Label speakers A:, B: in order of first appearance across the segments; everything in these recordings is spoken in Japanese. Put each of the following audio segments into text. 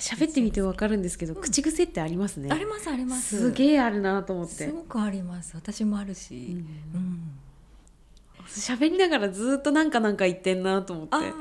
A: 喋ってみてわかるんですけど、
B: うん
A: 口癖ってありますね。
B: ありますあります
A: すげえあるなと思って
B: す。ごくあります私もある
A: う
B: し、うんん、
A: 喋、りながらずっとなんかなんか言ってんなと思って。
B: あー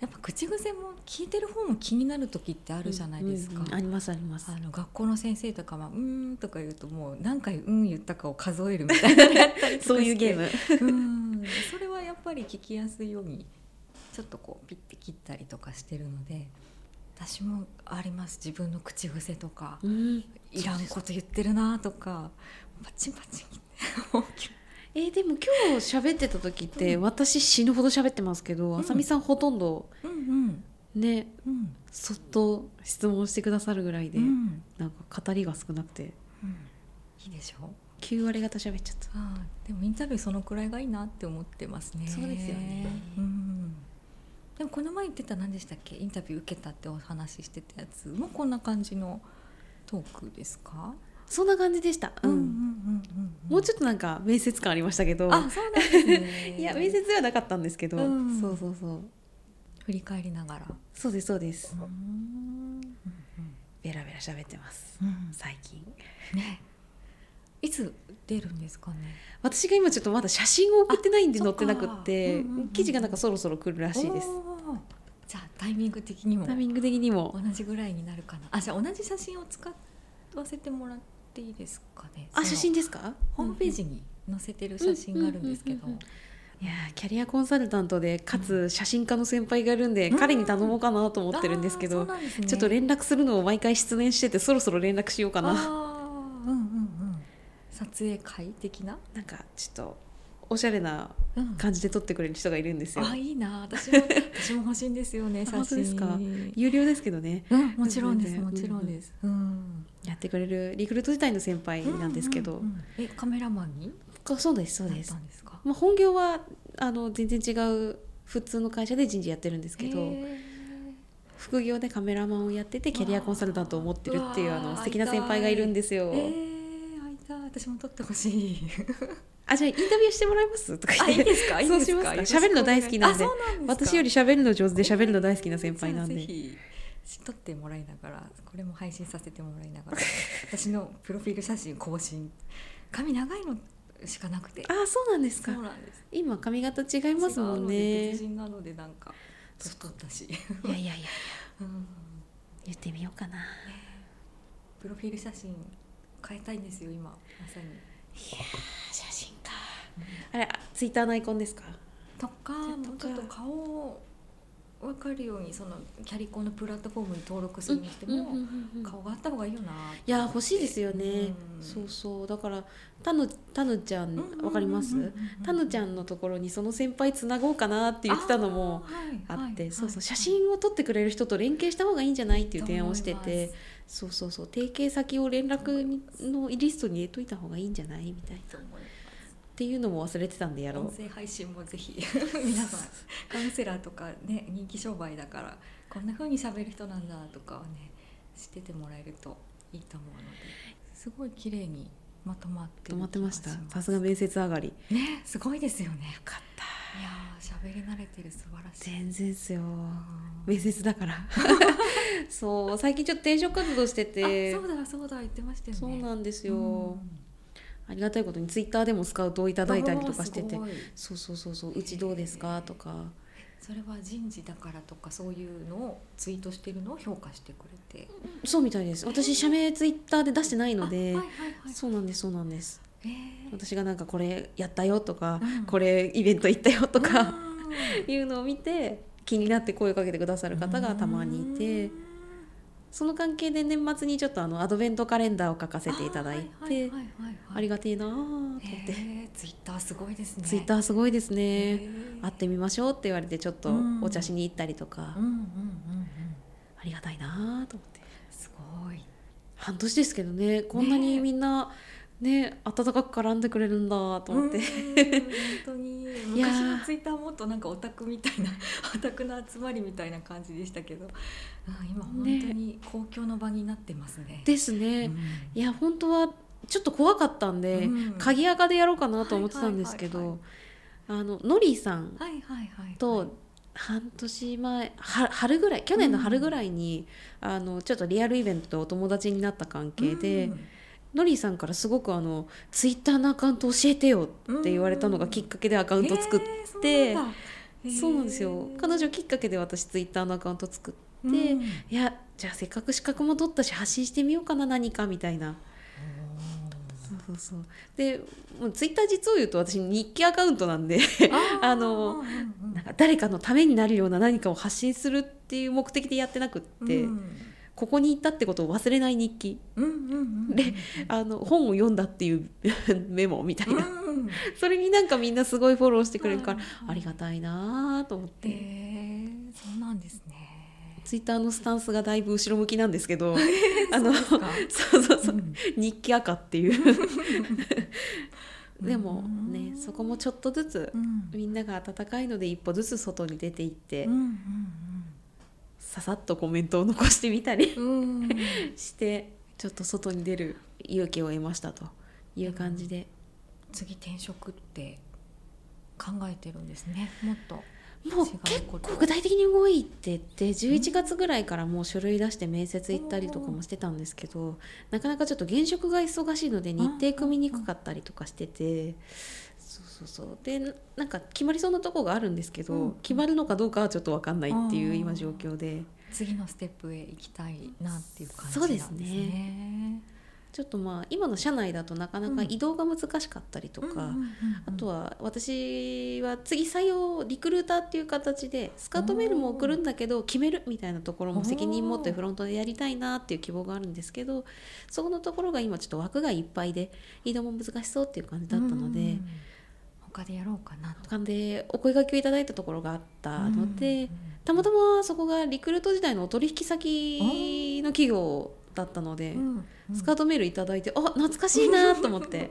B: やっぱ口癖も聞いてる方も気になる時ってあるじゃないです
A: う
B: か、
A: んうんうんありますあります。
B: あの学校の先生とかは「うーん」とか言うともう何回「うん」言ったかを数えるみたいなのやったりとかし て
A: そういうゲーム。
B: うんそれはやっぱり聞きやすいようにちょっとこうピッて切ったりとかしてるので私もあります自分の口癖とか
A: うん
B: いらんこと言ってるなとかパチンパチンって
A: えーでも今日喋ってた時って、
B: うん
A: 私死ぬほど喋ってますけど、
B: ん
A: あさみさんほとんど
B: うんうん
A: ね
B: うん
A: そっと質問してくださるぐらいで、
B: うん
A: なんか語りが少なくて
B: いいでしょう
A: 9割方喋っちゃった。
B: ああでもインタビューそのくらいがいいなって思ってますね。
A: そうですよね
B: うん。でもこの前言ってた何でしたっけインタビュー受けたってお話ししてたやつもこんな感じのトークですか？
A: そんな感じでした。うん。もうち
B: ょ
A: ょっとなんか面接感ありましたけど。。
B: あそうなんです ね
A: いや面接ではなかったんですけど、
B: うん
A: そうそうそう
B: 振り返りながら。
A: そうですそうです、
B: うん
A: ベラベラ喋ってます
B: うん
A: 最近
B: ね。いつ出るんですかね。
A: 私が今ちょっとまだ写真を送ってないんで
B: あ
A: 載ってなくって、
B: そっかうんうんうん
A: 記事がなんかそろそろ来るらしいです
B: おー。じゃあタイミング的にも
A: タイミング的にも
B: 同じぐらいになるかなあじゃあ同じ写真を使わせてもらっていいですかねそ
A: あ
B: の
A: 写真ですか
B: ホームページに載せてる写真があるんですけ
A: うん
B: ど
A: うんうんいやーキャリアコンサルタントでかつ写真家の先輩がいるんで、
B: うん
A: 彼に頼もうかなと思ってるんですけど、
B: あーそうなんですね
A: ちょっと連絡するのを毎回失念しててそろそろ連絡しようか
B: あ
A: な
B: ーうんうんうん撮影会的な、
A: なんかちょっとおしゃれな
B: うん
A: 感じで撮ってくれる人がいるんですよ
B: あいいな私も私も欲しいんですよね
A: あ
B: 写真
A: 本当ですか有料ですけどね
B: うんもちろんです
A: 全然
B: もちろんですうん
A: やってくれるリクルート自体の先輩なんですけど、
B: うううんえカメラマンに
A: あそうですそう
B: な
A: で
B: っ
A: す
B: た、んですか
A: まあ、本業はあの全然違う普通の会社で人事やってるんですけ
B: へ
A: ど
B: ー
A: 副業でカメラマンをやっててキャリアコンサルタントを持ってるっていう
B: うわ
A: あ
B: ー
A: の素敵な先輩がいるんですよ、
B: えー、会いたい私も撮ってほしい
A: あじゃあインタビューしてもらいますとか
B: あい
A: 言
B: い
A: って
B: ですかいい
A: そう
B: で
A: し
B: す
A: ま
B: か
A: すか
B: よろしくお
A: 喋
B: 願い
A: るの大好きなんで
B: あそうなんですか
A: 私より喋るの上手で喋るの大好きな
B: えー
A: 先輩なん
B: じゃあぜ
A: で
B: ひ撮ってもらいながらこれも配信させてもらい ながら私のプロフィール写真更新髪長いのしかなくて
A: あーそうなんです
B: そ
A: か
B: うなんです
A: 今髪型違いますもん
B: 違うので
A: ね
B: 別人なのでなんか年取ったし、
A: いやいやいや
B: うん
A: 言ってみようかな
B: プロフィール写真変えたいんですよ今まさに
A: 写真かあれあツイッターのアイコンですか
B: とかもうちょっと顔を分かるようにそのキャリコンのプラットフォームに登録するにしても、顔があった方がいいよなって
A: いや欲しいですよね、
B: うん
A: そうそうだからたぬたぬちゃんわ、かります、たぬちゃ
B: っ
A: んのところにその先輩つなごうかなって言ってたのもあって、そうそう写真を撮ってくれる人と連携した方がいいんじゃないっていう提案をしててそうそうそう提携先を連絡にのリストに入れといた方がいいんじゃないみたいなっ
B: と思い
A: ていうのも忘れてたんでや
B: ます
A: ろ
B: 音
A: う
B: 声配信もぜひ 皆さんカウンセラーとかね人気商売だからこんな風に喋る人なんだとかはね知っててもらえるといいと思うのですごい綺麗にまとまって
A: 止
B: る
A: まってました
B: 気が
A: さすが面接上がり
B: ねすごいですよね
A: よかった
B: いやー喋り慣れてる素晴らしい
A: 全然っすよ
B: うん
A: 面接だから そう最近ちょっと転職活動してて
B: あそうだそうだ言ってましたよね
A: そう
B: で
A: なんですよ、ありがたいことにツイッターでもスカウトをいただいたりとかしててそうそうそうそううちどうですかとか
B: それは人事だからとかそういうのをツイートしてるのを評価してくれて
A: そうみたいです私社名ツイッターで出してないので、
B: あはいはいはい
A: そうなんですそうなんです
B: えー
A: 私がなんかこれやったよとか、
B: うん
A: これイベント行ったよと
B: う
A: か、
B: ん
A: いうのを見て気になって声をかけてくださる方がたまにいて、
B: うん
A: その関係で年末にちょっとあのアドベントカレンダーを書かせていただいてあ,、
B: はいはいはいはいはい
A: りがてえなあと思って、
B: えーツイッターすごいですね
A: ツイッターすごいですね、
B: ー
A: 会ってみましょうって言われてちょっと
B: うん
A: お茶しに行ったりとか、
B: うんうんうんうん
A: ありがたいなと思って
B: すごい
A: 半年ですけどねこんな
B: ね
A: に
B: え
A: みんなね温かく絡んでくれるんだと思って、
B: うん本当に
A: やー
B: 昔のツイッターもっとなんかオタクみたいな オタクの集まりみたいな感じでしたけど、うん、今本当に公共の場になってますね
A: ですね、
B: うん
A: いや本当はちょっと怖かったんで、
B: うん
A: 鍵垢でやろうかなと思ってたんですけど、
B: はいはい
A: あのノリーさん
B: はいはいはいはい
A: と、半年前は春ぐらい去年の春ぐらいに、あのちょっとリアルイベントでお友達になった関係で、のりさんからすごくあの「ツイッターのアカウント教えてよ」って言われたのがきっかけでアカウント作って、
B: へーそうなんだへー
A: そうなんですよ彼女きっかけで私ツイッターのアカウント作って、
B: うん
A: いやじゃあせっかく資格も取ったし発信してみようかな何かみたいな。そうそうそうでもうツイッター実を言うと私日記アカウントなんで
B: あー
A: あの
B: うんうん
A: なんか誰かのためになるような何かを発信するっていう目的でやってなくって、
B: うん
A: ここに行ったってことを忘れない日記
B: うんうんうん
A: であの本を読んだっていう メモみたいな、
B: うん
A: それになんかみんなすごいフォローしてくれるから、
B: うん
A: ありがたいなと思って、
B: へーそうなんですね
A: ツイッターのスタンスがだいぶ後ろ向きなんですけどあの
B: そ
A: そう
B: ですか
A: う そうそう、
B: うん
A: 日記赤って いうでも
B: う
A: ね
B: ん
A: そこもちょっとずつ
B: うん
A: みんなが温かいので一歩ずつ外に出ていって、
B: うん
A: ささっとコメントを残してみたり
B: うんうんうん
A: してちょっと外に出る勇気を得ましたという感じで、
B: 次転職って考えてるんですねもっと
A: もう
B: 違う
A: 結
B: こ
A: 構
B: と
A: 具体的に動いてて11月ぐらいからもう書類出して面接行ったりとかもしてたんですけどなかなかちょっと現職が忙しいので日程組みにくかったりとかしてて。そうそうそうでなんか決まりそうなとこがあるんですけど、
B: うん
A: 決まるのかどうかはちょっと分かんないっていう
B: あー
A: 今状況で
B: 次のステップへ行きたいなっていう感じ
A: そ
B: な
A: うん
B: で
A: ですす
B: ね
A: ねちょっとまあ今の社内だとなかなか移動が難しかったりとか、あと
B: は
A: は私は次採用リクルーターっていう形でスカウトメールも送るんだけど決めるみたいなところも責任持ってフロントでやりたいなっていう希望があるんですけどそこのところが今ちょっと枠がいっぱいで移動も難しそうっていう感じだったので
B: 他でやろうかなと
A: 他でお声掛けをいただいたところがあったのでたまたまそこがリクルート時代のお取引先の企業だったので
B: うんうんうん
A: スカウトメールいただいてあ懐かしいなと思って。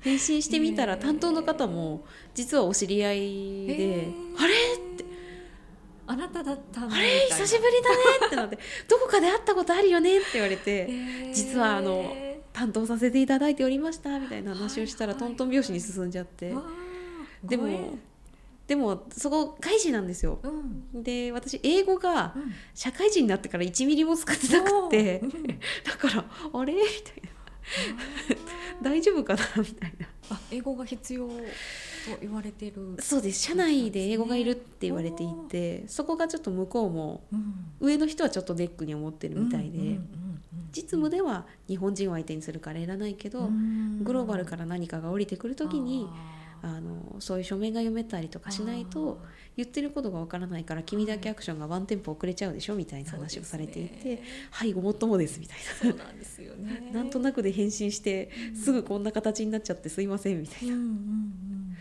A: 返信してみた
B: へ
A: ら
B: ー
A: 担当の方も実はお知り合い
B: へ
A: で
B: ー
A: 「あれ
B: あなただったのみた
A: あれ久しぶりだね」ってなって「どこかで会ったことあるよね」って言われて
B: り
A: 実はあの担当させていただいておりましたみたいな話をしたら
B: はいは
A: ト
B: い
A: ントン拍子に進んじゃってで
B: でも、
A: もでもそこ外資なんですよ
B: うんうん、
A: で私英語が社会人になってから1ミリも使ってなくて
B: お ーうん
A: だから「あれ?」みたいな「大丈夫かな?」みたいな
B: あ英語が必要と言われてる、
A: そうです社内で英語がいるって言われていてそこがちょっと向こうも
B: うん、
A: 上の人はちょっとネックに思ってるみたいで、
B: うんうんうんうん
A: 実務では日本人を相手にするからいらないけど、
B: うん
A: グローバルから何かが降りてくる時に
B: あー
A: あのそういう書面が読めたりとかしないと言ってることがわからないから君だけアクションがワンテンポ遅れちゃうでしょみたいな話をされてい
B: そう
A: て
B: ですね
A: 「はいごもっともです」みたい
B: そうなんですよね
A: な なんとなくで返信してすぐこんな形になっちゃってすいませんみたいなっ
B: うんうんうん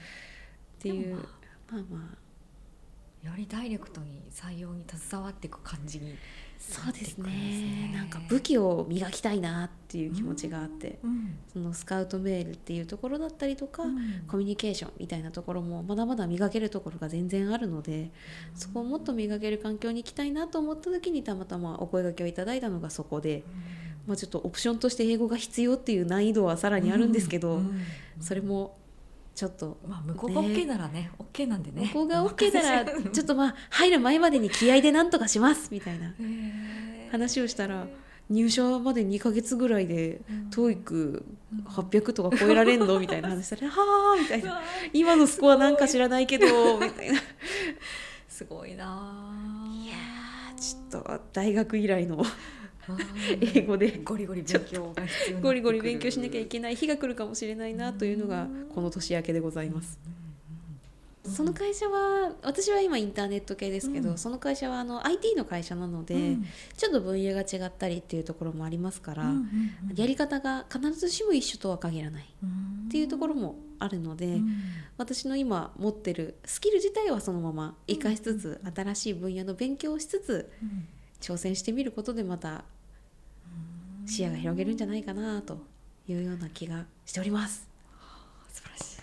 A: ていう
B: でも
A: まあまあ
B: よりダイレクトに採用に携わっていく感じに
A: そうです
B: なってくる
A: ね
B: ん
A: なんか武器を磨きたいなっていう気持ちがあって。
B: うん
A: そのスカウトメールっていうところだったりとか、
B: うん
A: コミュニケーションみたいなところもまだまだ磨けるところが全然あるので、そこをもっと磨ける環境に行きたいなと思った時にたまたまお声掛けをいただいたのがそこで、まあ、ちょっとオプションとして英語が必要っていう難易度はさらにあるんですけど、
B: うん
A: それもちょっと。
B: まあ向こうが
A: ね
B: OK ならね OK なんで ね
A: ここが OK なら
B: 任せ
A: ちょっとまあ入る前までに気合でなんとかしますみたいな
B: へー
A: 話をしたら入社まで2ヶ月ぐらいで
B: うん
A: ト o イック800とか超えられんのみたいな話したら「 はあ」みたいうな
B: わー
A: 今のスコアなんか知らないけ どみたいない
B: すごいなー
A: やーちょっと大学以来の
B: あー
A: 英語で
B: ゴリゴリ勉強が必要になってくる
A: ゴリゴリ勉強しなきゃいけない日が来るかもしれないなというの
B: う
A: が
B: ん
A: この年明けでございます。その会社は私は今インターネット系ですけど、
B: うん
A: その会社はあの IT の会社なので、
B: うん
A: ちょっと分野が違ったりっていうところもありますから、
B: うんうんうん
A: やり方が必ずしも一緒とは限らないっ
B: って
A: いうところもあるので、私の今持ってるスキル自体はそのまま生かしつつ、新しい分野の勉強をしつつ挑戦してみることでまた視野が広げるんじゃないかなというような気がしております。
B: 素晴らしい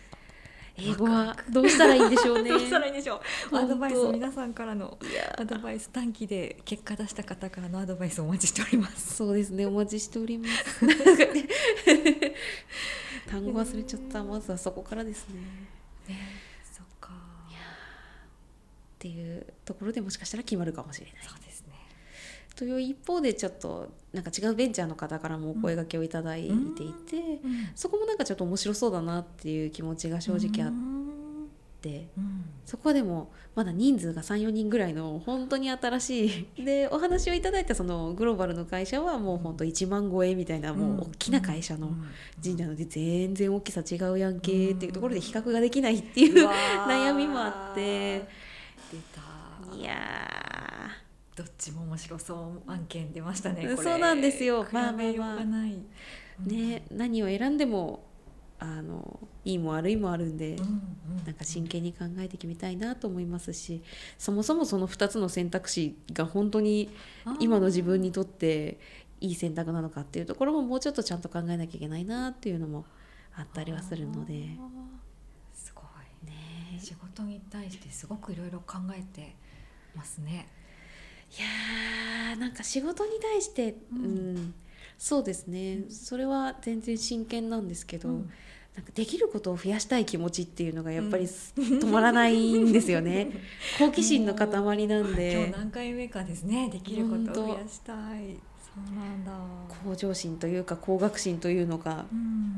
A: 英語はどうしたらいいんでしょうね。
B: どうしたらいいんでしょう
A: 本
B: ア
A: 当
B: ドバイス皆さんからのアドバイス短期で結果出した方からのアドバイスをお待ちしております
A: そうですね、お待ちしており ます。なんかね単語忘れちゃった、まずはそこからですね。
B: ねそっか
A: っていうところでもしかしたら決まるかもしれない。
B: そうですね
A: という一方でちょっとなんか違うベンチャーの方からもお声がけをいただいていて、そこもなんかちょっと面白そうだなっていう気持ちが正直あっ
B: うん
A: て。
B: うん
A: そこはでもまだ人数が34人ぐらいの本当に新し いでお話をいただいたそのグローバルの会社はもう本当1万超えみたいなもう大きな会社の人なので全然大きさ違うやんけっていうところ で比較ができない っていう
B: うわー
A: 悩みもあって
B: 出た
A: いや
B: どっちも面白そう案件出ましたねこれ
A: そうなんですよ
B: 比
A: まあまあまあ
B: べようがない、
A: ーね何を選んでもあのいいも悪いもあるんで
B: うん、う
A: なんか真剣に考えて決めたいなと思いますしそもそもその2つの選択肢が本当に
B: あー
A: 今の自分にとっていい選択なのかっていうところももうちょっとちゃんと考えなきゃいけないなっていうのもあったりはするので、
B: あーすごいね仕事に対してすごくいろいろ考えてますね
A: いやーなんか仕事に対して、う
B: うんん
A: そうですね、
B: うん
A: それは全然真剣なんですけど、
B: うん
A: なんかできることを増やしたい気持ちっていうのがやっぱり止まらないんですよね、 好奇心の塊なん
B: 今日
A: で
B: 何回目かですねできることを
A: ほん
B: 増
A: と
B: やしたいそうなんだ
A: 向上心というか向学心というのか
B: うん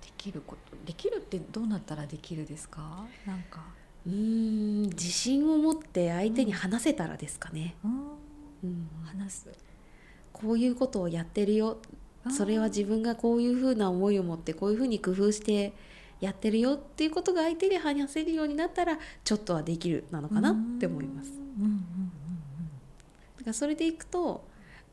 B: できることできるってどうなったらできるですかなんか
A: うーん自信を持って相手に話せたらですかね。
B: うん
A: うん
B: 話す
A: こういうことをやってるよそれは自分がこういうふうな思いを持ってこういうふうに工夫してやってるよっていうことが相手に話せるようになったらちょっとはできるなのかなって思います。
B: うんうん
A: だからそれでいくと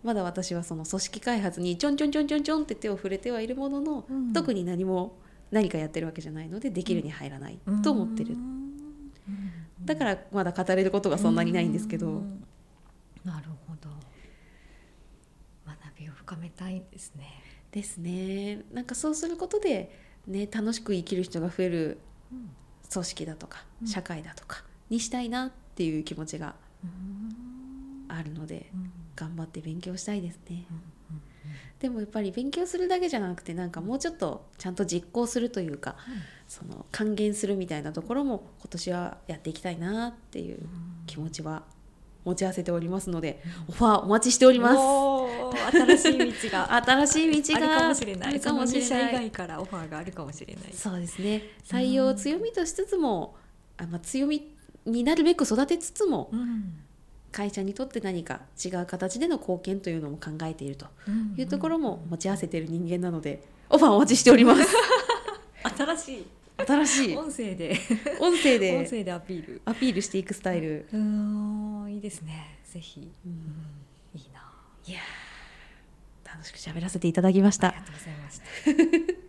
A: まだ私はその組織開発にちょんちょんちょんちょんちょんって手を触れてはいるものの、
B: うんうん
A: 特に何も何かやってるわけじゃないのでできるに入らない
B: うんうん
A: と思ってる、
B: うんうん
A: だからまだ語れることがそんなにないんですけど、
B: うなるほど学びを深めたいですね
A: ですねなんかそうすることで、ね、楽しく生きる人が増える
B: うん
A: 組織だとか
B: うん
A: 社会だとかにしたいなっていう気持ちがあるので頑張って勉強したいですねでもやっぱり勉強するだけじゃなくてなんかもうちょっとちゃんと実行するというかその還元するみたいなところも今年はやっていきたいなっていう気持ちは持ち合わせておりますのでオファーお待ちしてお
B: お
A: ります
B: 新しい道が
A: 新しい道
B: ある
A: が
B: かもしれな
A: あ
B: い
A: るか
B: その
A: もし
B: 自
A: れ
B: 社以
A: ない
B: 外からオファーがあるかもしれない
A: そうですね採用を強みとしつつも、あまあ、強みになるべく育てつつも
B: うん
A: 会社にとって何か違う形での貢献というのも考えているというところも持ち合わせている人間なので オファーお待ちしております
B: 新しい
A: 新しい
B: 音声で
A: 音声
B: 音
A: で
B: 声でアピール
A: アピールしていくスタイル、
B: うーんいいですねぜひ
A: うん
B: いいない
A: やー楽しく喋らせていただきました
B: ありがとうございました